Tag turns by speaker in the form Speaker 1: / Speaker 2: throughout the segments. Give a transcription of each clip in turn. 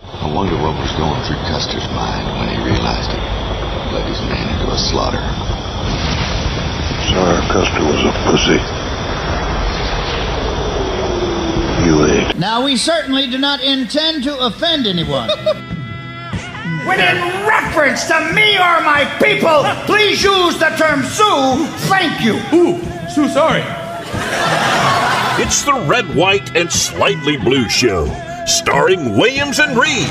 Speaker 1: I wonder what was going through Custer's mind when he realized it. Led his men into a slaughter.
Speaker 2: Sarah Custer was a pussy. You ain't.
Speaker 3: Now, we certainly do not intend to offend anyone.
Speaker 4: Within reference to me or my people, please use the term Sue. Thank you.
Speaker 5: Ooh, so sorry.
Speaker 6: It's the Red, White, and Slightly Blue Show, starring Williams and Reed.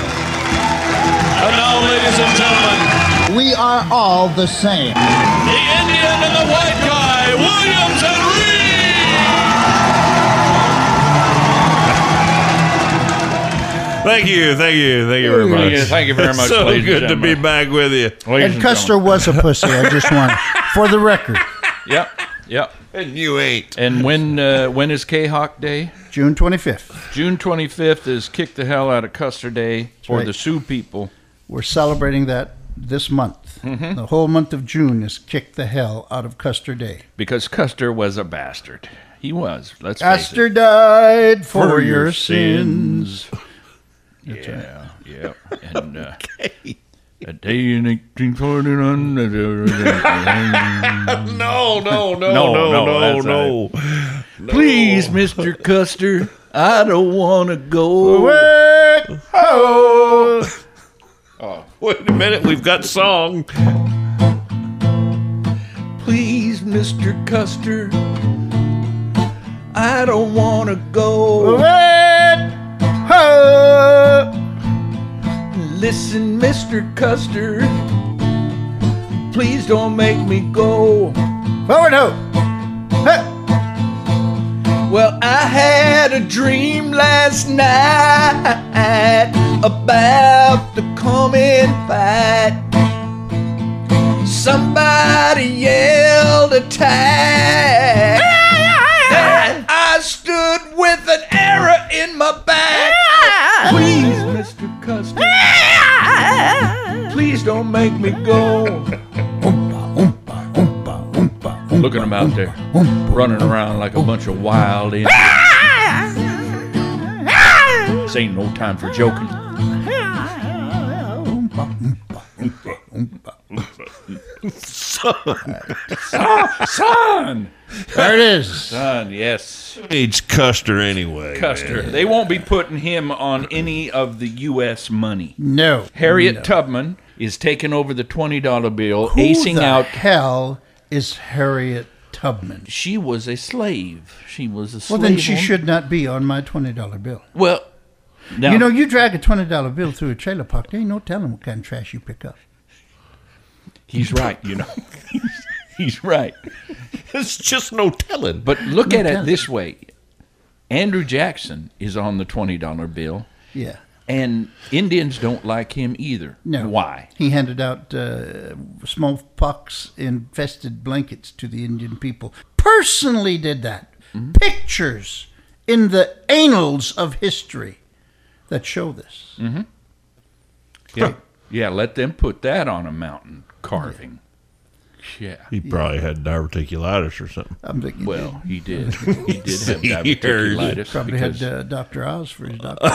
Speaker 5: And now, ladies and gentlemen,
Speaker 3: we are all the same.
Speaker 5: the Indian and the white guy, Williams and Reed.
Speaker 7: Thank you, thank you, thank you very much.
Speaker 5: Thank you, thank you very much,
Speaker 7: so
Speaker 5: ladies and
Speaker 7: good to be
Speaker 5: gentlemen.
Speaker 7: back with you.
Speaker 5: Ladies
Speaker 3: And Custer was a pussy. I just want, for the record,
Speaker 5: Yep, yep.
Speaker 7: And you ain't.
Speaker 5: And when uh, when is K Hawk Day?
Speaker 3: June 25th,
Speaker 5: June 25th is Kick the Hell Out of Custer Day for
Speaker 3: right.
Speaker 5: the Sioux people.
Speaker 3: we're celebrating that this month. The whole month of June is kick the hell out of Custer Day.
Speaker 5: because Custer was a bastard. He was. Let's face it.
Speaker 3: Custer died for, your sins.
Speaker 5: yeah, yeah. And uh, a day in 1849.
Speaker 7: No, no, no,
Speaker 5: No,
Speaker 7: no, Oh, no,
Speaker 5: no,
Speaker 7: no.
Speaker 5: that's Please, Mister Custer, I don't want to go.
Speaker 3: Wait,
Speaker 7: Wait a minute, we've got song.
Speaker 5: Please, Mister Custer, I don't want to go.
Speaker 3: wait, ho.
Speaker 5: Listen, Mister Custer, please don't make me go.
Speaker 3: Forward, ho. Hey.
Speaker 5: Well, I had a dream last night about the coming fight. Somebody yelled attack, and I stood with an arrow in my back. Please, Mr. Custer, please don't make me go. Look at them out there, running around like a bunch of wild Indians. this ain't no time for joking. son, son,
Speaker 3: There it is.
Speaker 5: son, yes,
Speaker 7: Needs Custer anyway.
Speaker 5: Custer. They won't be putting him on any of the U.S. money.
Speaker 3: No.
Speaker 5: Harriet Tubman is taking over the twenty dollar bill,
Speaker 3: Who
Speaker 5: acing
Speaker 3: the
Speaker 5: out.
Speaker 3: hell is Harriet Tubman?
Speaker 5: She was a slave. She was a
Speaker 3: Well,
Speaker 5: slave.
Speaker 3: then she
Speaker 5: woman.
Speaker 3: should not be on my $20 bill.
Speaker 5: Well, now,
Speaker 3: You know, you drag a $20 bill through a trailer park, there ain't no telling what kind of trash you pick up.
Speaker 5: he's right. You know, he's right.
Speaker 7: There's just no telling.
Speaker 5: But look at it
Speaker 3: telling
Speaker 5: this way Andrew Jackson is on the $20 bill,
Speaker 3: Yeah.
Speaker 5: and Indians don't like him either.
Speaker 3: No.
Speaker 5: Why?
Speaker 3: He handed out uh, smallpox infested blankets to the Indian people. Personally did that.
Speaker 5: Mm-hmm.
Speaker 3: Pictures in the annals of history that show this.
Speaker 5: Yeah. yeah, let them put that on a mountain carving. Yeah.
Speaker 7: He probably had diverticulitis or something.
Speaker 3: I'm thinking,
Speaker 5: Well, he did. He did have
Speaker 7: He heard it.
Speaker 5: diverticulitis.
Speaker 3: probably
Speaker 5: because-
Speaker 3: had uh, Dr. Oz for his doctor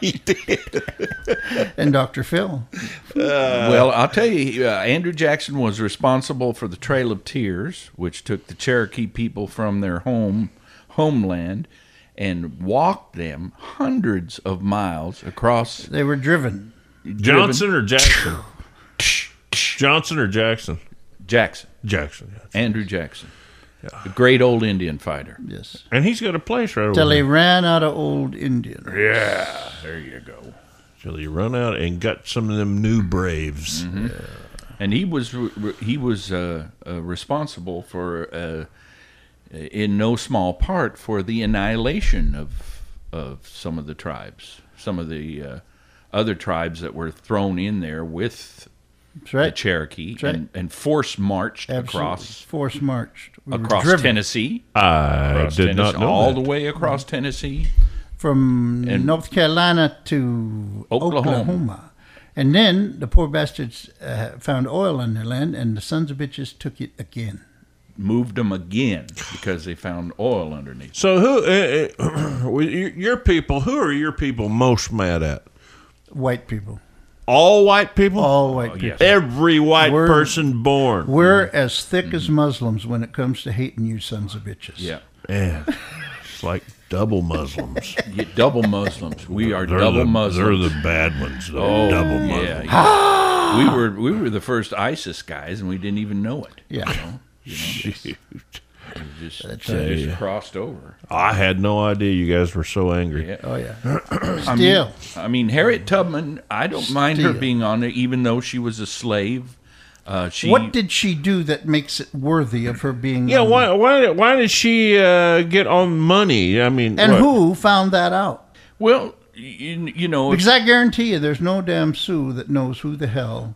Speaker 7: he did.
Speaker 3: and Dr. Phil.
Speaker 5: well, I'll tell you, uh, Andrew Jackson was responsible for the Trail of Tears, which took the Cherokee people from their home homeland and walked them hundreds of miles across
Speaker 3: They were driven.
Speaker 7: Johnson or Jackson? Johnson or Jackson?
Speaker 5: Jackson,
Speaker 7: Jackson. yeah.
Speaker 5: Andrew Jackson, the great old Indian fighter.
Speaker 3: Yes.
Speaker 7: And he's got a place right
Speaker 3: Till
Speaker 7: over
Speaker 3: they
Speaker 7: there.
Speaker 3: ran out of old Indian.
Speaker 7: Yeah.
Speaker 5: There you go.
Speaker 7: Till he run out and got some of them new Braves.
Speaker 5: Mm-hmm. And he was re- re- he was uh, uh, responsible for, uh, in no small part, for the annihilation of of some of the tribes, some of the uh, other tribes that were thrown in there with
Speaker 3: That's
Speaker 5: the
Speaker 3: right.
Speaker 5: Cherokee
Speaker 3: right.
Speaker 5: and, and force marched
Speaker 3: Absolutely.
Speaker 5: across
Speaker 3: Force marched. We were
Speaker 5: across
Speaker 3: driven
Speaker 5: Tennessee.
Speaker 7: I
Speaker 5: across
Speaker 7: did not
Speaker 5: Tennessee,
Speaker 7: know
Speaker 5: all
Speaker 7: that.
Speaker 5: the way across Tennessee.
Speaker 3: From
Speaker 5: And-
Speaker 3: North Carolina to
Speaker 5: Oklahoma.
Speaker 3: Oklahoma. And then the poor bastards uh, found oil on their land, and the sons of bitches took it again.
Speaker 5: moved them again because they found oil underneath.
Speaker 7: So who uh, uh, well, your your people? Who are your people most mad at?
Speaker 3: White people,
Speaker 7: All white people.
Speaker 3: all white people.
Speaker 5: Oh, Yes. Mm-hmm.
Speaker 7: Every white
Speaker 3: We're-
Speaker 7: person born.
Speaker 3: We're as thick as Muslims when it comes to hating you sons of bitches.
Speaker 5: Yeah.
Speaker 7: Man, it's like double Muslims.
Speaker 5: You double Muslims. We are
Speaker 7: They're
Speaker 5: double
Speaker 7: the,
Speaker 5: Muslims.
Speaker 7: They're the bad ones. They're
Speaker 5: Oh,
Speaker 7: double
Speaker 5: yeah,
Speaker 7: Muslims.
Speaker 5: yeah. we were we were the first ISIS guys, and we didn't even know it.
Speaker 3: Yeah.
Speaker 7: Shoot.
Speaker 5: We just, we just crossed over.
Speaker 7: I had no idea you guys were so angry.
Speaker 5: Yeah.
Speaker 3: Oh yeah. Still.
Speaker 5: I mean, Harriet Tubman. I don't mind her
Speaker 3: Steal.
Speaker 5: being on it, even though she was a slave. Uh, she
Speaker 3: what did she do that makes it worthy of her being?
Speaker 7: Yeah,
Speaker 3: on-
Speaker 7: why why why did she uh, get on money? I mean,
Speaker 3: And
Speaker 7: what?
Speaker 3: who found that out?
Speaker 5: well, you, you know,
Speaker 3: Because I guarantee you, there's no damn Sue that knows who the hell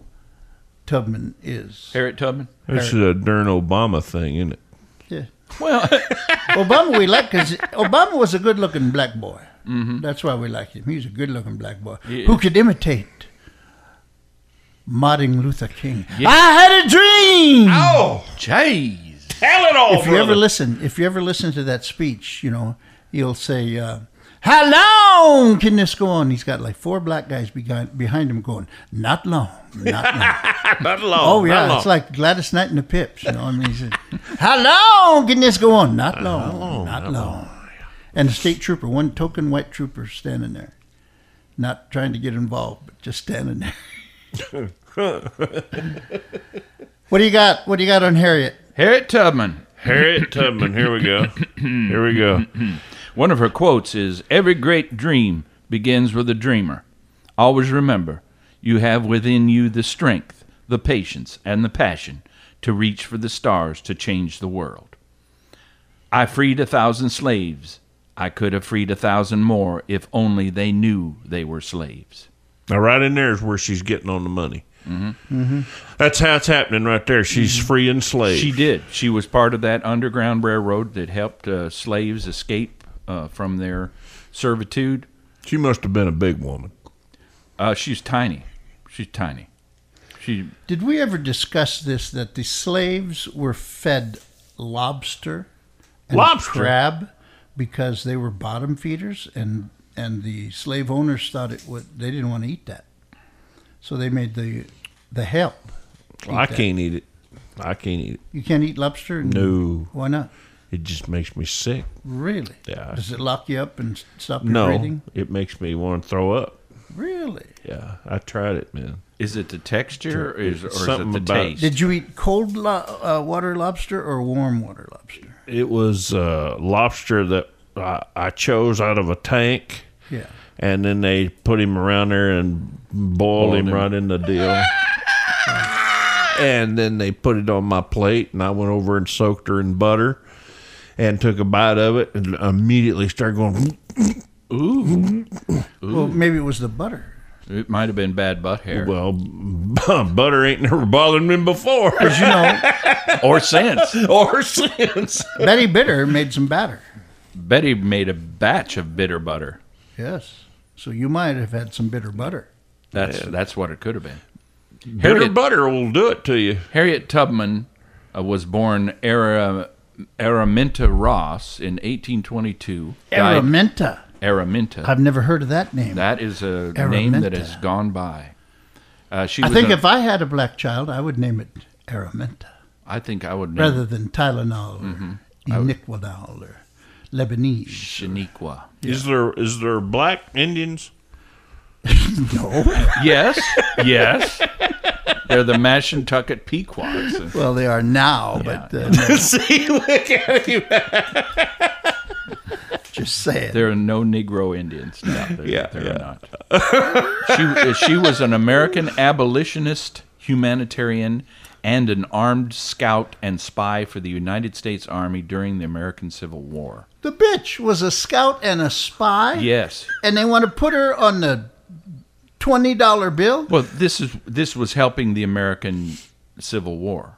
Speaker 3: Tubman is.
Speaker 5: Harriet Tubman.
Speaker 7: This is a darn Obama thing, isn't it?
Speaker 3: Yeah.
Speaker 5: Well,
Speaker 3: Obama we like because Obama was a good-looking black boy. That's why we like him. He's a good-looking black boy
Speaker 5: Mm-hmm. He
Speaker 3: who
Speaker 5: is.
Speaker 3: could imitate Martin Luther King. I had a dream.
Speaker 5: jeez.
Speaker 6: Tell it all,
Speaker 3: if you ever listen, if you ever listen to that speech, you know, he'll say, uh, "How long can this go on?" He's got like four black guys behind behind him going, "Not long, not long."
Speaker 7: Not long.
Speaker 3: Oh yeah, it's like Gladys Knight and the Pips. You know, I mean, he said, how long can this go on? Not long, not long. And the state trooper, one token white trooper, standing there, not trying to get involved, but just standing there. what do you got? What do you got on Harriet?
Speaker 5: Harriet Tubman.
Speaker 7: Harriet Tubman. Here we go. Here we go.
Speaker 5: One of her quotes is Every great dream begins with a dreamer. Always remember, you have within you the strength, the patience, and the passion to reach for the stars to change the world. I freed a thousand slaves. I could have freed a thousand more if only they knew they were slaves.
Speaker 7: Now, right in there is where she's getting on the money. Mm-hmm. That's how it's happening right there. She's free and slave.
Speaker 5: She did. She was part of that underground railroad that helped uh, slaves escape uh, from their servitude.
Speaker 7: she must have been a big woman.
Speaker 5: Uh, she's tiny. She's tiny. She
Speaker 3: Did we ever discuss this? That the slaves were fed lobster, and
Speaker 7: Lobster?
Speaker 3: crab, because they were bottom feeders, and and the slave owners thought it would. They didn't want to eat that, so they made the the help.
Speaker 7: I can't eat it. I can't eat it.
Speaker 3: You can't eat lobster. and-
Speaker 7: No.
Speaker 3: Why not?
Speaker 7: It just makes me sick.
Speaker 3: Really?
Speaker 7: Yeah.
Speaker 3: Does it lock you up and s- stop your
Speaker 7: No,
Speaker 3: breathing?
Speaker 7: it makes me want to throw up.
Speaker 3: Really?
Speaker 7: Yeah, I tried it, man.
Speaker 5: Is it the texture, or is, or is it
Speaker 7: Something
Speaker 5: the
Speaker 7: about-
Speaker 5: taste?
Speaker 3: Did you eat cold lo- uh, water lobster or warm water lobster?
Speaker 7: It was uh, lobster that I, I chose out of a tank,
Speaker 3: Yeah.
Speaker 7: and then they put him around there and boiled
Speaker 5: Boiled
Speaker 7: him
Speaker 5: him.
Speaker 7: right in the deal. and then they put it on my plate, and I went over and soaked her in butter, and took a bite of it, and immediately started going.
Speaker 3: Well, maybe it was the butter.
Speaker 5: it might have been bad butt hair,
Speaker 7: Well, butter ain't never bothered me before
Speaker 3: Because you know,
Speaker 5: or since
Speaker 7: or since.
Speaker 3: Betty Bitter made some batter.
Speaker 5: Betty made a batch of bitter butter.
Speaker 3: Yes. So you might have had some bitter butter.
Speaker 5: That's that's what it could have been.
Speaker 7: Bitter
Speaker 5: Harriet,
Speaker 7: butter will do it to you.
Speaker 5: Harriet Tubman uh, was born Ara, Araminta Ross in 1822. Died-
Speaker 3: Araminta.
Speaker 5: Araminta.
Speaker 3: I've never heard of that name.
Speaker 5: that is a name that
Speaker 3: Araminta.
Speaker 5: has gone by. Uh, she
Speaker 3: I
Speaker 5: was
Speaker 3: think
Speaker 5: a-
Speaker 3: if I had a black child, I would name it Araminta
Speaker 5: I think I would
Speaker 3: rather
Speaker 5: name
Speaker 3: than Tylenol
Speaker 5: Mm-hmm.
Speaker 3: or Eniquinol or Lebanese.
Speaker 5: Shaniqua.
Speaker 7: Is there is there black Indians?
Speaker 5: Yes, yes. They're the Mashantucket Pequots.
Speaker 3: Well, they are now, but uh, no,
Speaker 7: See, look at him.
Speaker 3: just saying.
Speaker 5: There are no Negro Indians. No, there,
Speaker 7: Yeah,
Speaker 5: there
Speaker 7: yeah.
Speaker 5: are not. she, uh, she was an American abolitionist, humanitarian, and an armed scout and spy for the United States Army during the American Civil War.
Speaker 3: The bitch was a scout and a spy.
Speaker 5: Yes.
Speaker 3: And they want to put her on the twenty dollar bill.
Speaker 5: Well, this is this was helping the American Civil War.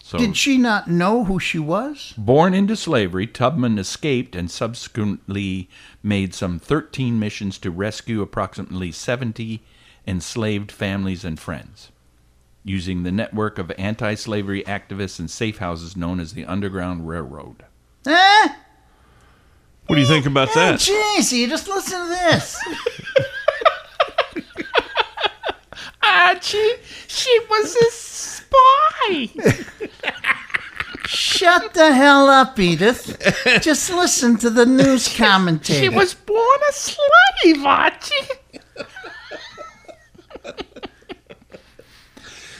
Speaker 5: So
Speaker 3: Did she not know who she was?
Speaker 5: Born into slavery, Tubman escaped and subsequently made some 13 missions to rescue approximately 70 enslaved families and friends. using the network of anti slavery activists and safe houses known as the Underground Railroad.
Speaker 3: Eh?
Speaker 7: What do you think about
Speaker 3: Oh,
Speaker 7: that?
Speaker 3: jeez, you just listen to this.
Speaker 5: Archie, she was a spy.
Speaker 3: Shut the hell up, Edith. Just listen to the news commentator.
Speaker 5: born a slave, Archie.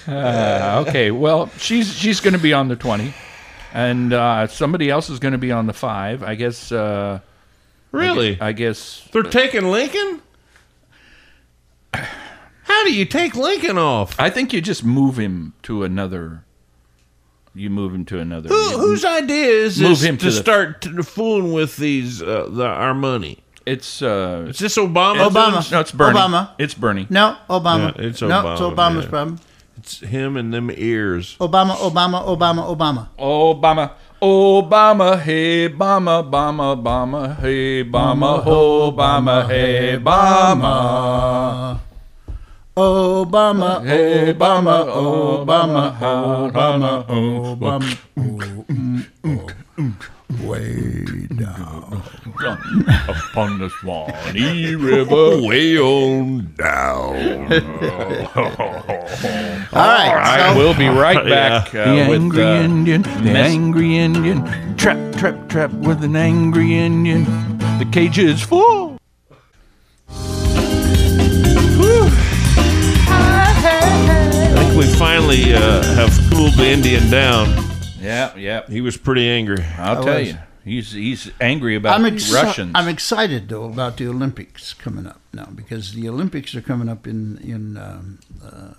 Speaker 5: Uh, okay, well, she's she's going to be on the twenty, and uh, somebody else is going to be on the five. I guess. Uh,
Speaker 7: Really?
Speaker 5: I guess
Speaker 7: They're taking Lincoln? How do you take Lincoln off?
Speaker 5: I think you just move him to another. You move him to another.
Speaker 7: Who, whose idea is
Speaker 5: Move
Speaker 7: this
Speaker 5: him
Speaker 7: to,
Speaker 5: to the-
Speaker 7: start t- fooling with these uh, the, our money?
Speaker 5: It's uh,
Speaker 7: Is this Obama?
Speaker 3: Obama.
Speaker 5: no, it's Bernie.
Speaker 3: Obama.
Speaker 5: It's Bernie.
Speaker 3: No, Obama.
Speaker 7: Yeah, it's
Speaker 3: No, it's
Speaker 7: Obama,
Speaker 3: Obama's
Speaker 7: yeah.
Speaker 3: problem.
Speaker 7: It's him and them ears.
Speaker 3: Obama, Obama, Obama, Obama.
Speaker 5: Obama. Obama, hey, Obama, Obama, Obama, hey, Obama, Obama, hey, Obama,
Speaker 3: Oh, Obama,
Speaker 5: hey, Obama,
Speaker 3: Obama,
Speaker 5: Obama, Obama, Obama.
Speaker 3: Obama. Way down.
Speaker 5: Upon the Swanee River, way on down.
Speaker 3: All right.
Speaker 5: I
Speaker 3: So,
Speaker 5: will be right back. Uh,
Speaker 8: The
Speaker 5: with,
Speaker 8: angry
Speaker 5: uh,
Speaker 8: Indian, the
Speaker 5: Miss-
Speaker 8: angry Indian, trap, trap, trap with an angry Indian. The cage is full.
Speaker 7: I think we finally uh, have cooled the Indian down.
Speaker 5: Yeah, yeah.
Speaker 7: He was pretty angry.
Speaker 5: I'll tell you, he's he's angry about
Speaker 3: I'm, exci-
Speaker 5: Russians.
Speaker 3: I'm excited though about the Olympics coming up now because the Olympics are coming up in in um, uh,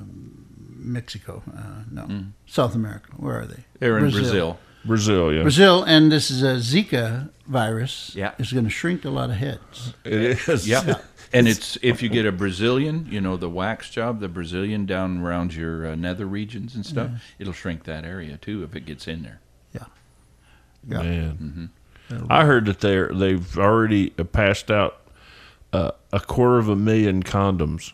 Speaker 3: Mexico. Uh, no, South America. Where are they?
Speaker 5: Mm. They're in Brazil.
Speaker 7: Brazil, yeah.
Speaker 3: Brazil, and this is a Zika virus.
Speaker 5: Yeah.
Speaker 3: is going to shrink a lot of heads.
Speaker 7: It is.
Speaker 5: Yeah. And it's if you get a Brazilian, you know, the wax job, the Brazilian down around your uh, nether regions and stuff, it'll shrink that area too if it gets in there.
Speaker 3: Yeah.
Speaker 7: Man. I heard that they are they've already passed out uh, a quarter of a million condoms.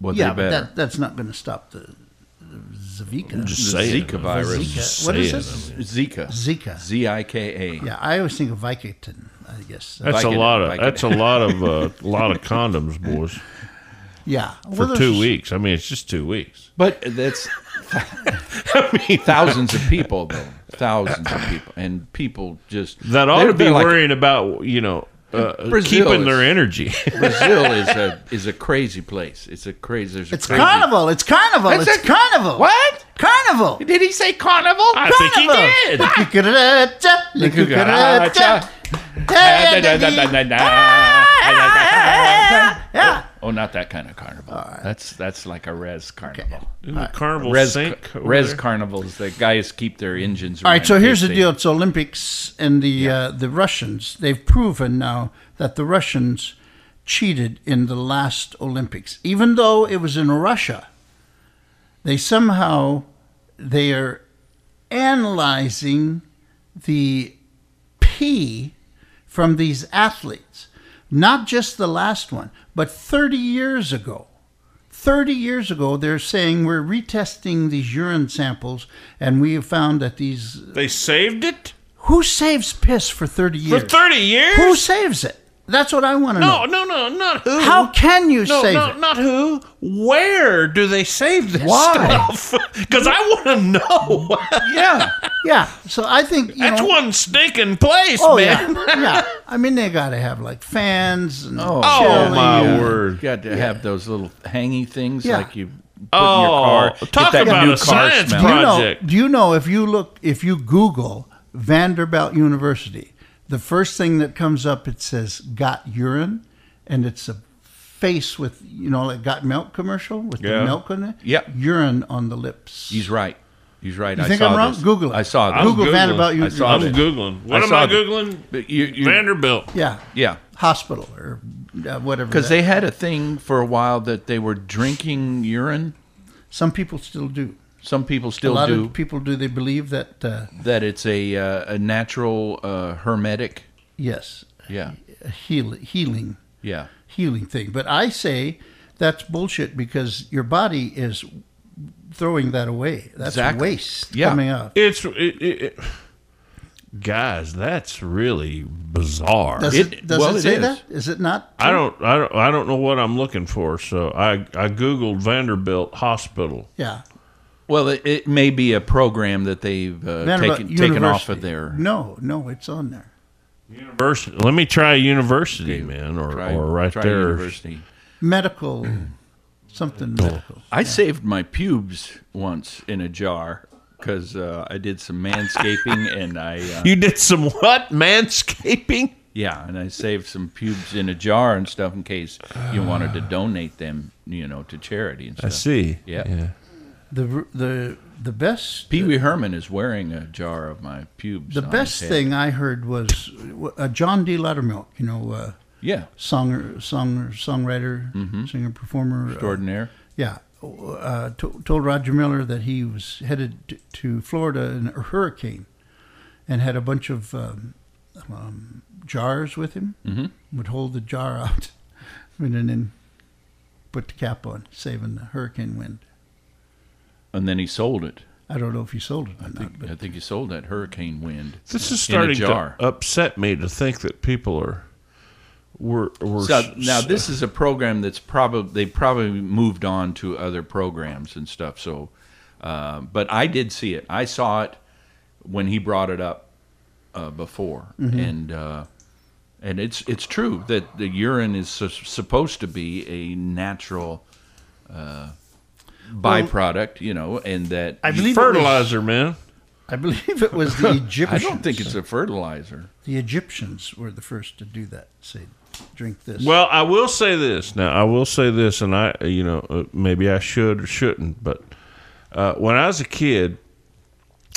Speaker 5: Well,
Speaker 3: yeah,
Speaker 5: they
Speaker 3: but
Speaker 5: better.
Speaker 3: that, that's not going to stop the, the Zika.
Speaker 7: Just
Speaker 5: the
Speaker 7: saying.
Speaker 5: Zika virus.
Speaker 3: Zika. What is
Speaker 7: saying.
Speaker 3: this?
Speaker 5: Zika.
Speaker 3: Zika.
Speaker 5: Z I K A.
Speaker 3: Yeah, I always think of Vicodin. I guess. Uh,
Speaker 7: That's
Speaker 5: Vicodin,
Speaker 7: a lot of
Speaker 5: Vicodin.
Speaker 7: that's a lot of uh, lot of condoms, boys.
Speaker 3: yeah, Well,
Speaker 7: For
Speaker 3: there's-
Speaker 7: two weeks. I mean, it's just two weeks.
Speaker 5: But that's thousands of people, though. Thousands of people. And people just.
Speaker 7: That ought
Speaker 5: they're-
Speaker 7: to be
Speaker 5: they're like-
Speaker 7: worrying about you know uh,
Speaker 5: Brazil
Speaker 7: keeping
Speaker 5: is-
Speaker 7: their energy.
Speaker 5: Brazil is a is a crazy place. It's a crazy. There's a
Speaker 3: It's
Speaker 5: crazy,
Speaker 3: carnival. It's carnival. It's,
Speaker 5: It's a-
Speaker 3: carnival.
Speaker 5: What?
Speaker 3: Carnival.
Speaker 5: Did he say carnival?
Speaker 7: I think he did.
Speaker 3: Ah, Licucaracha, licucaracha.
Speaker 5: Ah,
Speaker 3: Ah, Yeah.
Speaker 5: Oh, not that kind of carnival. That's that's like a res carnival.
Speaker 7: Isn't the carnival
Speaker 5: Res,
Speaker 7: sink over
Speaker 5: res
Speaker 7: there?
Speaker 5: carnivals. The guys keep their engines.
Speaker 3: All right, so here's the
Speaker 5: they-
Speaker 3: deal. It's Olympics and the uh, the Russians. They've proven now that the Russians cheated in the last Olympics, even though it was in Russia. They somehow they are analyzing the pee from these athletes, not just the last one, but 30 years ago. 30 years ago, they're saying we're retesting these urine samples, and we have found that these.
Speaker 7: They saved it
Speaker 3: Who saves piss for 30 years?
Speaker 7: for thirty years.
Speaker 3: Who saves it? That's what I want to
Speaker 7: no,
Speaker 3: know.
Speaker 7: no, no, not who.
Speaker 3: How can you
Speaker 7: No,
Speaker 3: save
Speaker 7: not,
Speaker 3: it?
Speaker 7: not who. Where do they save this
Speaker 3: Why?
Speaker 7: stuff? Because I want to know.
Speaker 5: Yeah.
Speaker 3: Yeah, so I think. You
Speaker 7: That's
Speaker 3: know,
Speaker 7: one stinking place,
Speaker 3: Oh, yeah.
Speaker 7: man.
Speaker 3: yeah. I mean, they got to have like fans and
Speaker 5: Oh,
Speaker 7: Oh
Speaker 3: chili
Speaker 7: my
Speaker 3: and-
Speaker 5: You
Speaker 7: word!
Speaker 5: got to have those little hangy things
Speaker 3: uh, Yeah.
Speaker 5: like you put in your
Speaker 7: Oh,
Speaker 5: car.
Speaker 7: talk
Speaker 5: get that
Speaker 7: about
Speaker 5: new
Speaker 7: a
Speaker 5: car
Speaker 7: science
Speaker 5: smell.
Speaker 3: Do you know?
Speaker 7: project.
Speaker 3: Do you know if you look if you Google Vanderbilt University, the first thing that comes up it says "got urine," and it's a face with you know like "got milk" commercial with
Speaker 7: Yeah.
Speaker 3: the milk on it.
Speaker 5: Yeah.
Speaker 3: urine on the lips.
Speaker 5: He's right. He's right.
Speaker 3: You
Speaker 5: I
Speaker 3: think
Speaker 5: saw
Speaker 3: I'm wrong?
Speaker 5: this.
Speaker 3: Google it.
Speaker 5: I saw this.
Speaker 3: Google
Speaker 7: Googling.
Speaker 3: Vanderbilt
Speaker 5: I
Speaker 3: University.
Speaker 5: saw
Speaker 7: I'm
Speaker 5: this.
Speaker 7: googling. What
Speaker 5: I
Speaker 7: am
Speaker 5: saw
Speaker 7: I
Speaker 5: the-
Speaker 7: googling?
Speaker 5: But you- you-
Speaker 7: Vanderbilt.
Speaker 3: Yeah,
Speaker 5: Yeah.
Speaker 3: hospital or uh, whatever.
Speaker 5: Because
Speaker 3: that-
Speaker 5: they had a thing for a while that they were drinking urine.
Speaker 3: some people still do.
Speaker 5: Some people
Speaker 3: A
Speaker 5: still
Speaker 3: lot
Speaker 5: do.
Speaker 3: of people do. They believe that uh,
Speaker 5: that it's a uh, a natural uh, hermetic.
Speaker 3: yes,
Speaker 5: Yeah,
Speaker 3: heal, healing.
Speaker 5: yeah.
Speaker 3: healing thing. But I say that's bullshit because your body is throwing that away. That's
Speaker 5: Exactly.
Speaker 3: waste
Speaker 5: Yeah.
Speaker 3: coming out.
Speaker 7: It's it, it, it- guys, that's really bizarre.
Speaker 3: Does
Speaker 5: It-
Speaker 3: it, does
Speaker 5: well,
Speaker 3: it
Speaker 5: it
Speaker 3: say
Speaker 5: is.
Speaker 3: that? Is it not?
Speaker 7: I don't I don't I don't know what I'm looking for. So I I googled Vanderbilt Hospital.
Speaker 3: Yeah.
Speaker 5: Well, it, it may be a program that they've uh,
Speaker 3: Vanderbilt
Speaker 5: taken, taken off
Speaker 3: University.
Speaker 5: of their.
Speaker 3: No, no, it's on there.
Speaker 7: University. Let me try university, man, or
Speaker 5: Try-
Speaker 7: or right
Speaker 5: try
Speaker 7: there.
Speaker 5: University.
Speaker 3: Medical, something medical.
Speaker 5: I saved my pubes once in a jar because uh, I did some manscaping and I uh,
Speaker 7: You did some what manscaping?
Speaker 5: yeah, and I saved some pubes in a jar and stuff in case you wanted to donate them, you know, to charity and
Speaker 7: I
Speaker 5: stuff.
Speaker 7: see.
Speaker 5: Yeah.
Speaker 7: yeah.
Speaker 3: The the the best
Speaker 5: Pee Wee Herman is wearing a jar of my pubes.
Speaker 3: the
Speaker 5: on
Speaker 3: best
Speaker 5: his head.
Speaker 3: thing I heard was uh, John D. Loudermilk. You know, uh,
Speaker 5: Yeah. Mm-hmm.
Speaker 3: songer, songer, songwriter, singer, performer. uh,
Speaker 5: Extraordinaire.
Speaker 3: Yeah, uh, to, told Roger Miller that he was headed to, to Florida in a hurricane, and had a bunch of um, um, jars with him. Mm-hmm. Would hold the jar out, and then put the cap on, saving the hurricane wind.
Speaker 5: And then he sold it.
Speaker 3: I don't know if he sold it or not, but
Speaker 5: I think he sold that hurricane wind.
Speaker 7: This is
Speaker 5: In a
Speaker 7: starting to
Speaker 5: jar.
Speaker 7: upset me to think that people are were were
Speaker 5: So now this is a program that's probably they probably moved on to other programs and stuff. So, uh, but I did see it. I saw it when he brought it up uh, before,
Speaker 7: Mm-hmm.
Speaker 5: and uh, and it's it's true that the urine is su- supposed to be a natural uh, byproduct, you know, and that
Speaker 3: I believe
Speaker 7: fertilizer, man.
Speaker 3: It was, I believe it was the
Speaker 5: I
Speaker 3: Egyptians.
Speaker 5: don't think it's a fertilizer.
Speaker 3: the Egyptians were the first to do that. Say, drink this.
Speaker 7: Well, I will say this. Now, I will say this, and I, you know, uh, maybe I should or shouldn't, but uh, when I was a kid,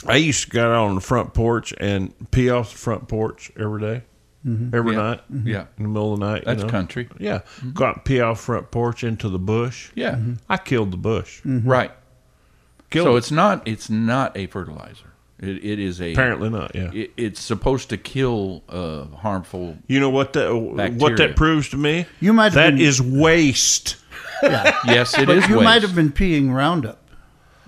Speaker 7: I used to go out on the front porch and pee off the front porch every day,
Speaker 3: Mm-hmm.
Speaker 7: every
Speaker 5: Yeah.
Speaker 7: night,
Speaker 5: Yeah.
Speaker 7: in the middle of the night. you
Speaker 5: That's
Speaker 7: know.
Speaker 5: country. Mm-hmm.
Speaker 7: Yeah, go out and pee off front porch into the bush.
Speaker 5: Yeah,
Speaker 7: I killed the bush.
Speaker 3: Mm-hmm.
Speaker 5: right.
Speaker 7: Killed
Speaker 5: Mm-hmm. so
Speaker 7: it.
Speaker 5: it's not it's not a fertilizer. It, it is a
Speaker 7: apparently not. Yeah.
Speaker 5: it, it's supposed to kill uh, harmful.
Speaker 7: you know what that what
Speaker 5: Bacteria.
Speaker 7: that proves to me?
Speaker 3: You might have
Speaker 7: That
Speaker 3: been-
Speaker 7: is waste.
Speaker 5: Yes, it
Speaker 3: but
Speaker 5: is.
Speaker 3: you might
Speaker 5: waste.
Speaker 3: have been peeing Roundup.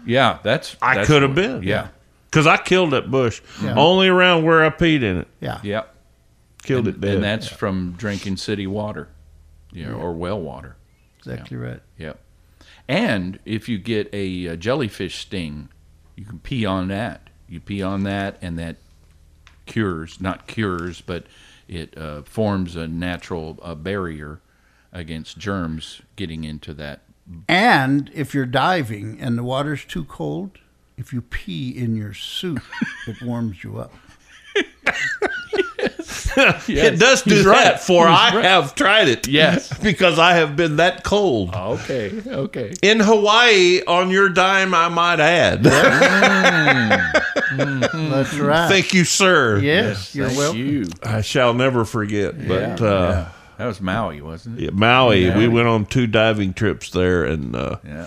Speaker 5: Yeah, that's.
Speaker 7: I
Speaker 5: that's
Speaker 7: could have
Speaker 5: what-
Speaker 7: been.
Speaker 5: Yeah,
Speaker 7: Because I killed that bush
Speaker 3: Yeah.
Speaker 7: only around where I peed in it.
Speaker 3: Yeah.
Speaker 5: yeah.
Speaker 7: Killed it
Speaker 5: And,
Speaker 7: dead.
Speaker 5: and that's from drinking city water, you know, or well water.
Speaker 3: Exactly right.
Speaker 5: Yep. And if you get a, uh jellyfish sting, you can pee on that. You pee on that, and that cures, not cures, but it uh, forms a natural uh, barrier against germs getting into that.
Speaker 3: And if you're diving and the water's too cold, if you pee in your suit, it warms you up.
Speaker 5: Yes.
Speaker 7: It does do
Speaker 5: He's
Speaker 7: that,
Speaker 5: right.
Speaker 7: for
Speaker 5: He's
Speaker 7: I
Speaker 5: right.
Speaker 7: have tried it.
Speaker 5: Yes.
Speaker 7: Because I have been that cold.
Speaker 5: Okay. Okay.
Speaker 7: In Hawaii, on your dime, I might add.
Speaker 5: Mm.
Speaker 3: That's right.
Speaker 7: Thank you, sir.
Speaker 3: yes, you're
Speaker 5: Thank
Speaker 3: welcome.
Speaker 5: you.
Speaker 7: I shall never forget. But uh,
Speaker 5: That was Maui, wasn't it?
Speaker 7: yeah, Maui,
Speaker 5: Maui.
Speaker 7: we went on two diving trips there, and uh,
Speaker 5: Yeah.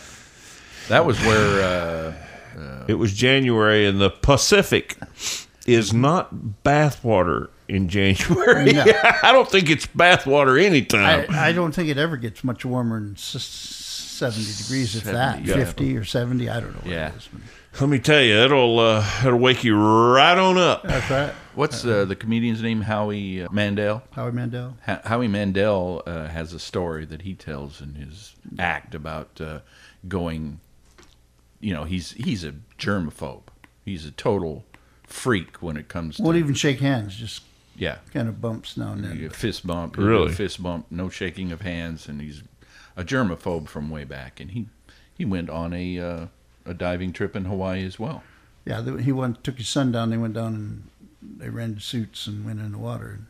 Speaker 5: That was where. Uh,
Speaker 7: it was January, and the Pacific is not bathwater in January.
Speaker 3: No.
Speaker 7: I don't think it's bathwater anytime.
Speaker 3: I, I don't think it ever gets much warmer than s- 70 degrees, if that,
Speaker 5: 70, yeah.
Speaker 3: 50 or 70. I don't know what
Speaker 5: Yeah.
Speaker 3: it is.
Speaker 7: Let me tell you, it'll uh, it'll wake you right on up.
Speaker 3: That's right.
Speaker 5: what's uh, the comedian's name? Howie uh, Mandel.
Speaker 3: Howie Mandel.
Speaker 5: Ho- Howie Mandel uh, has a story that he tells in his act about uh, going. You know, he's he's a germaphobe. He's a total freak when it comes to
Speaker 3: Won't even shake hands, just
Speaker 5: yeah.
Speaker 3: kind of bumps now and then.
Speaker 5: You get fist bump, you
Speaker 7: Really?
Speaker 5: get fist bump, no shaking of hands, and he's a germaphobe from way back. And he he went on a uh, a diving trip in Hawaii as well.
Speaker 3: Yeah, they- he went, took his son down. They went down and they ran suits and went in the water.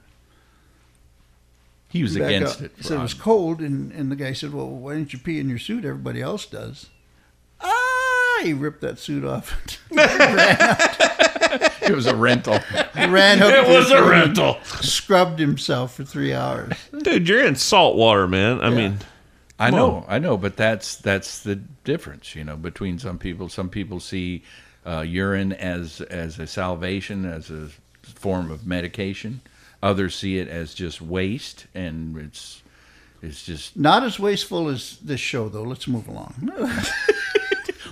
Speaker 5: He was
Speaker 3: Back
Speaker 5: against
Speaker 3: up.
Speaker 5: it.
Speaker 3: He said it was
Speaker 5: Ron.
Speaker 3: cold, and, and the guy said, "Well, why didn't you pee in your suit? Everybody else does." Ah! He ripped that suit off.
Speaker 5: it was a rental.
Speaker 3: ran up. to his room,
Speaker 7: rental.
Speaker 3: Scrubbed himself for three hours.
Speaker 7: Dude, you're in salt water, man. I mean,
Speaker 5: I
Speaker 7: Come
Speaker 5: know,
Speaker 7: on.
Speaker 5: I know, but that's that's the difference, you know, between some people. Some people see uh, urine as as a salvation, as a form of medication. Others see it as just waste, and it's it's just
Speaker 3: Not as wasteful as this show, though. Let's move along.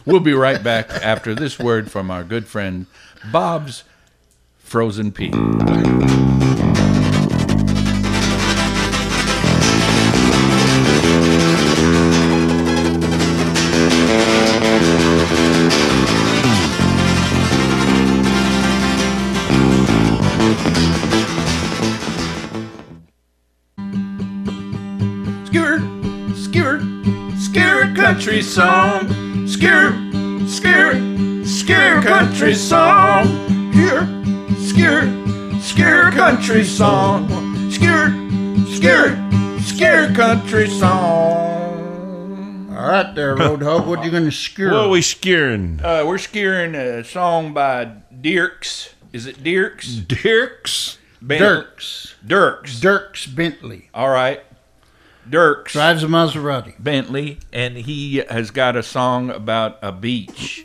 Speaker 5: We'll be right back after this word from our good friend Bob's Frozen Pea. Skewer, skewer, skewer country song. Skewer, skewer, skewer country song. Here, skewer, skewer country song. Skewer, skewer, skewer country song.
Speaker 3: All right, there, Road Hog. What you going to skewer?
Speaker 7: What are we skewering?
Speaker 5: Uh, we're skewering a song by Dirks. Is it Dirks?
Speaker 7: Mm. Dirks.
Speaker 5: Ben-
Speaker 3: Dirks.
Speaker 5: Dirks.
Speaker 3: Dirks Bentley
Speaker 5: All right. Dirks.
Speaker 3: drives a Maserati.
Speaker 5: Bentley, and he has got a song about a beach,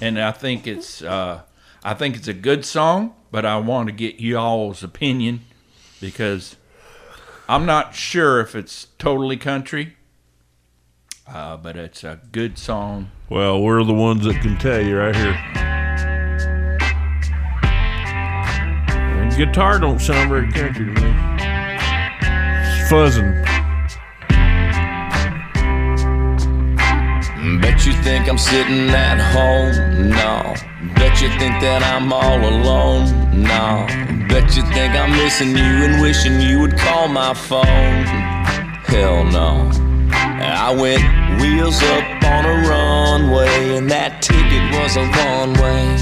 Speaker 5: and I think it's uh, I think it's a good song, but I want to get y'all's opinion because I'm not sure if it's totally country, uh, but it's a good song.
Speaker 7: Well, we're the ones that can tell you right here. And guitar don't sound very country to me. It's fuzzing.
Speaker 9: Bet you think I'm sitting at home? No. Bet you think that I'm all alone? No. Bet you think I'm missing you and wishing you would call my phone? Hell no. I went wheels up on a runway, and that ticket was a one way.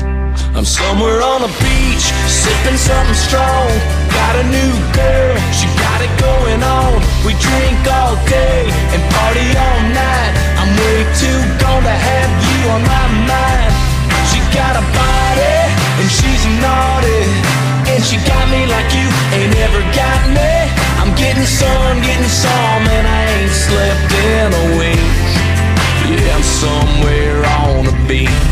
Speaker 9: I'm somewhere on a beach, sipping something strong. Got a new girl, she got it going on. We drink all day and party all night. I'm way too gone to have you on my mind. She got a body and she's naughty. And she got me like you ain't ever got me. I'm getting some, getting some, and I ain't slept in a week. Yeah, I'm somewhere on a beach.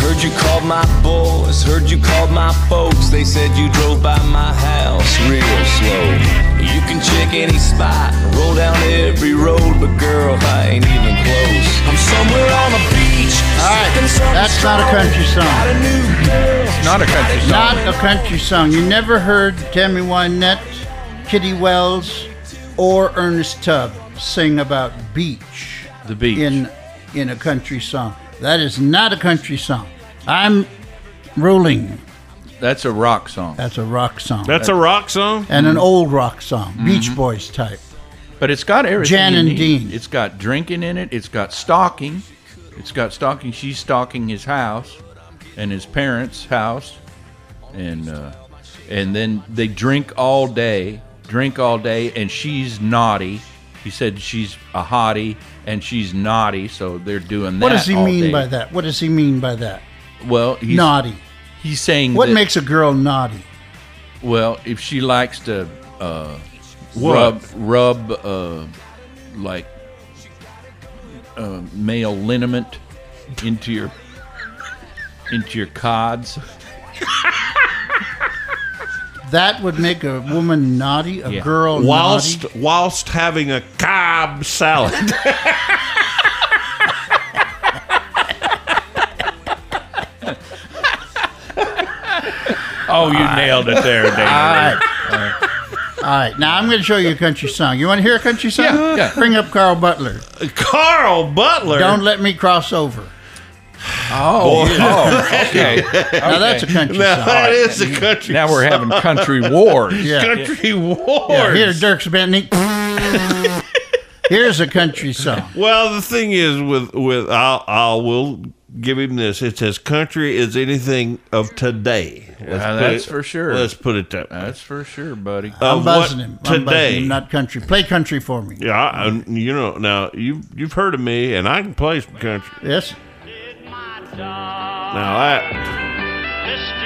Speaker 9: Heard you called my boys, heard you called my folks. They said you drove by my house real slow. You can check any spot, roll down every road, but girl, I ain't even close. I'm somewhere on a beach.
Speaker 3: All right,
Speaker 9: sipping something
Speaker 3: that's not a
Speaker 9: strong.
Speaker 3: country song.
Speaker 9: Got a new girl.
Speaker 5: Not a country song.
Speaker 3: Not a country song. You never heard Tammy Wynette, Kitty Wells, or Ernest Tubb sing about beach
Speaker 5: The beach.
Speaker 3: in in a country song. That is not a country song. I'm rolling.
Speaker 5: That's a rock song,
Speaker 3: That's a rock song.
Speaker 7: That's a rock song.
Speaker 3: and an old rock song,
Speaker 5: Mm-hmm.
Speaker 3: Beach Boys type.
Speaker 5: but it's got everything.
Speaker 3: Jan
Speaker 5: you
Speaker 3: and
Speaker 5: need.
Speaker 3: Dean.
Speaker 5: It's got drinking in it. It's got stalking. It's got stalking. She's stalking his house, and his parents' house, and uh, and then they drink all day, drink all day, and she's naughty. He said she's a hottie and she's naughty, so they're doing that.
Speaker 3: What does he
Speaker 5: all
Speaker 3: mean
Speaker 5: day.
Speaker 3: by that? What does he mean by that?
Speaker 5: Well, he's,
Speaker 3: naughty.
Speaker 5: He's saying
Speaker 3: What
Speaker 5: that-
Speaker 3: makes a girl naughty?
Speaker 5: Well, if she likes to uh,
Speaker 7: What?
Speaker 5: rub, rub, uh, like uh, male liniment into your into your cods.
Speaker 3: That would make a woman naughty, a
Speaker 5: Yeah.
Speaker 3: girl
Speaker 7: Whilst
Speaker 3: naughty.
Speaker 7: whilst having a cob salad.
Speaker 5: Oh, you nailed it there, David.
Speaker 7: Uh,
Speaker 3: All right, now I'm going to show you a country song. You want to hear a country song?
Speaker 5: Yeah, yeah.
Speaker 3: Bring up Carl Butler.
Speaker 7: Carl Butler.
Speaker 3: Don't let me cross over.
Speaker 5: oh, oh, okay.
Speaker 3: Now that's a country
Speaker 7: now
Speaker 3: song.
Speaker 7: that is a country.
Speaker 5: Now we're having country wars.
Speaker 3: Yeah.
Speaker 7: country wars.
Speaker 3: yeah. Here's Dirks Bentley. Here's a country song.
Speaker 7: Well, the thing is, with with I'll, I will give him this. It's as country as anything of today. Let's
Speaker 5: Yeah,
Speaker 7: put
Speaker 5: that's
Speaker 7: it-
Speaker 5: for sure.
Speaker 7: Let's put it that way.
Speaker 5: That's for sure, buddy.
Speaker 3: I'm
Speaker 7: Of what
Speaker 3: buzzing him. I'm
Speaker 7: today.
Speaker 3: buzzing him, not country. Play country for me.
Speaker 7: yeah, I, I- you know. Now you you've heard of me, and I can play some country.
Speaker 3: Yes?
Speaker 7: Now I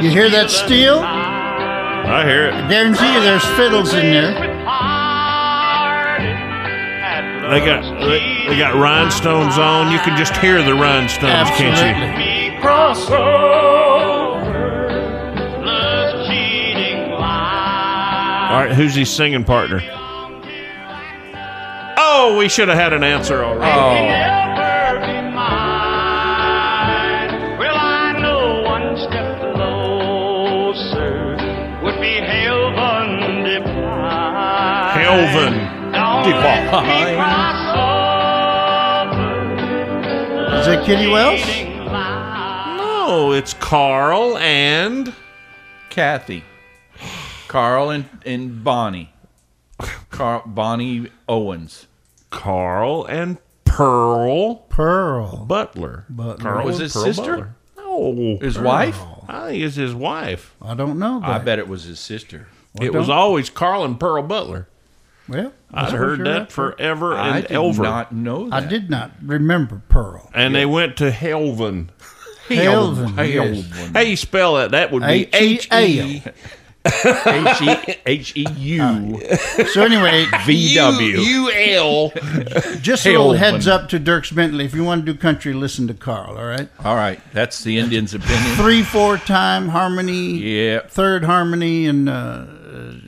Speaker 3: You hear that steel?
Speaker 7: I hear it.
Speaker 3: Guarantee you there's fiddles in there.
Speaker 7: They got they, they got rhinestones on. You can just hear the rhinestones, can't
Speaker 3: Absolutely.
Speaker 7: you? All right, who's his singing partner? Oh, we should have had an answer already.
Speaker 5: Oh,
Speaker 7: Kelvin.
Speaker 3: Is that Kitty Wells?
Speaker 7: No, it's Carl and
Speaker 5: Kathy, Carl, and and Bonnie, Carl, Bonnie Owens.
Speaker 7: Carl and Pearl
Speaker 3: Pearl.
Speaker 7: Butler.
Speaker 3: Butler.
Speaker 7: Carl
Speaker 5: Was
Speaker 7: and
Speaker 5: his
Speaker 7: Pearl
Speaker 5: sister?
Speaker 7: Butler. No,
Speaker 5: His wife?
Speaker 7: I think it's his wife.
Speaker 3: I don't know. That.
Speaker 5: Oh, I bet it was his sister.
Speaker 7: it was always Carl and Pearl Butler.
Speaker 3: Well,
Speaker 7: I'd
Speaker 3: that's what
Speaker 7: heard
Speaker 3: you're
Speaker 7: that
Speaker 3: after.
Speaker 7: forever
Speaker 5: I
Speaker 7: and
Speaker 5: did
Speaker 7: ever.
Speaker 5: not know
Speaker 3: I
Speaker 5: that.
Speaker 3: did not remember Pearl.
Speaker 7: and they went to Helvin.
Speaker 3: Kelvin. yes.
Speaker 5: Kelvin. oh,
Speaker 7: How you spell that? That would be H E
Speaker 3: H-E-A-L.
Speaker 5: H E H E U
Speaker 3: So anyway,
Speaker 7: E
Speaker 5: V W.
Speaker 7: U L.
Speaker 3: just a little
Speaker 5: Kelvin.
Speaker 3: heads up to Dirks Bentley. If you want to do country, listen to Carl. All right.
Speaker 5: All right, that's the Indian's opinion.
Speaker 3: Three, four time harmony.
Speaker 5: Yeah.
Speaker 3: Third harmony and uh,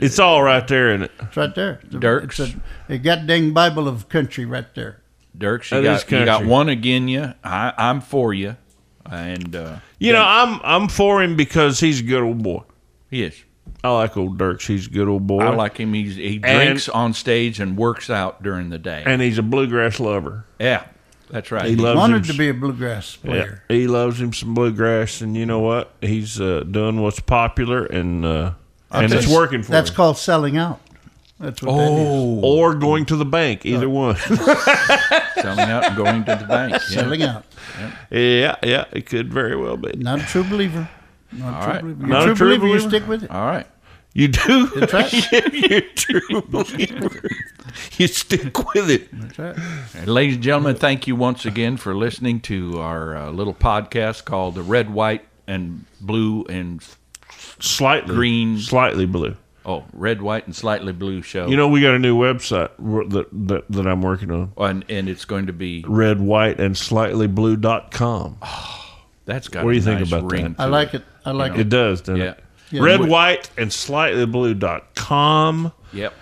Speaker 7: It's all right there in it.
Speaker 3: it's right there. It's a-
Speaker 5: Dirks.
Speaker 3: It's a, a goddamn Bible of country right there.
Speaker 5: Dirk,
Speaker 7: That
Speaker 5: you
Speaker 7: is
Speaker 5: got, you got
Speaker 7: country.
Speaker 5: one again you. I, I'm for you, and uh,
Speaker 7: You know, I'm I'm for him because he's a good old boy.
Speaker 5: he is.
Speaker 7: I like old Dirks. He's a good old boy.
Speaker 5: I like him. He's, he drinks on stage and works out during the day.
Speaker 7: and he's a bluegrass lover.
Speaker 5: yeah, that's right.
Speaker 7: He loves him
Speaker 3: Wanted to
Speaker 7: s-
Speaker 3: be a bluegrass player.
Speaker 7: Yeah, he loves him some bluegrass, and you know what? He's uh, doing what's popular, and uh, and it's working for Oh.
Speaker 3: That's
Speaker 7: him.
Speaker 3: called selling out. That's what that is.
Speaker 7: or going to the bank, either one.
Speaker 5: selling out and going to the bank. Yeah.
Speaker 3: Selling out.
Speaker 7: yeah, yeah, it could very well be.
Speaker 3: Not a true believer. Not a
Speaker 5: All
Speaker 3: true
Speaker 5: right.
Speaker 3: believer. You're
Speaker 7: Not
Speaker 3: a true, believer, you stick with it.
Speaker 5: All right.
Speaker 7: You do.
Speaker 3: That's right.
Speaker 7: you true believer. You stick with it.
Speaker 3: That's right.
Speaker 5: And ladies and gentlemen, thank you once again for listening to our uh, little podcast called The Red, White, and Blue and
Speaker 7: Slightly
Speaker 5: Green.
Speaker 7: slightly blue.
Speaker 5: Oh, Red, White, and Slightly Blue Show.
Speaker 7: You know, we got a new website wor- that that, that I'm working on.
Speaker 5: and, and it's going to be
Speaker 7: Red, white, and slightly blue dot com.
Speaker 3: Oh.
Speaker 5: that's got
Speaker 7: What do you
Speaker 5: a
Speaker 7: think
Speaker 5: nice
Speaker 7: about that?
Speaker 5: ring
Speaker 3: I
Speaker 5: to
Speaker 3: like it. I like
Speaker 7: It
Speaker 3: it.
Speaker 7: does, doesn't
Speaker 5: Yeah.
Speaker 7: it?
Speaker 3: Yeah.
Speaker 7: Red, white, and slightly blue dot com.
Speaker 5: Yep.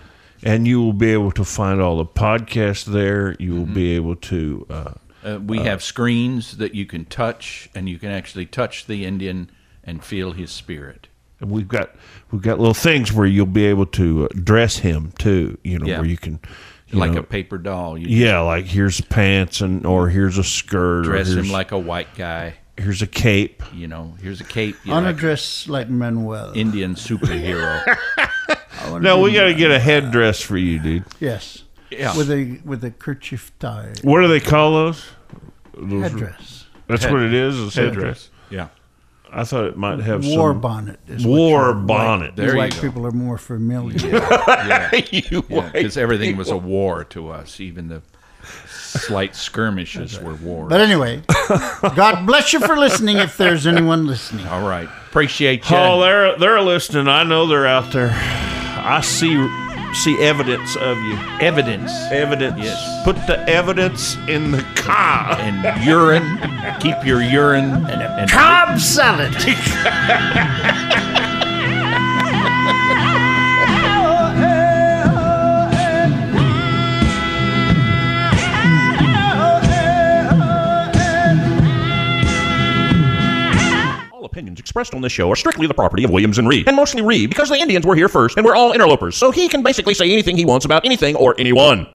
Speaker 7: and you will be able to find all the podcasts there. You will
Speaker 5: Mm-hmm.
Speaker 7: be able to. Uh,
Speaker 5: Uh, we have screens that you can touch, and you can actually touch the Indian and feel his spirit.
Speaker 7: and we've got we've got little things where you'll be able to uh, dress him too. You know
Speaker 5: Yeah.
Speaker 7: where you can, you
Speaker 5: like
Speaker 7: know,
Speaker 5: a paper doll. You
Speaker 7: yeah, like here's pants and or here's a skirt
Speaker 5: dress
Speaker 7: or
Speaker 5: him
Speaker 7: here's,
Speaker 5: like a white guy.
Speaker 7: here's a cape.
Speaker 5: You know, here's a cape. You
Speaker 3: On a
Speaker 5: like
Speaker 3: dress like Manuel.
Speaker 5: Indian superhero.
Speaker 3: I wanna
Speaker 7: No,
Speaker 3: be-
Speaker 7: we got to get a headdress for you, dude.
Speaker 3: Yes.
Speaker 5: Yeah.
Speaker 3: With a with a kerchief tie
Speaker 7: What do they call those?
Speaker 3: headdress,
Speaker 7: That's what it is. It's headdress.
Speaker 5: yeah.
Speaker 7: I thought it might have
Speaker 3: war
Speaker 7: some
Speaker 3: bonnet. Is
Speaker 7: war bonnet.
Speaker 5: There
Speaker 3: white
Speaker 5: you go.
Speaker 3: people are more familiar.
Speaker 7: you
Speaker 5: Because everything was a war to us. Even the slight skirmishes were war.
Speaker 3: But anyway, God bless you for listening. If there's anyone listening,
Speaker 5: All right. Appreciate you.
Speaker 7: Oh, they're they're listening. I know they're out there. I see see evidence of you.
Speaker 5: Evidence
Speaker 7: Evidence.
Speaker 5: Yes.
Speaker 7: Put the evidence in the car.
Speaker 5: and urine. Keep your urine and, and
Speaker 3: Cobb salad.
Speaker 10: All opinions expressed on this show are strictly the property of Williams and Reed, and mostly Reed, because the Indians were here first and we're all interlopers, so he can basically say anything he wants about anything or anyone.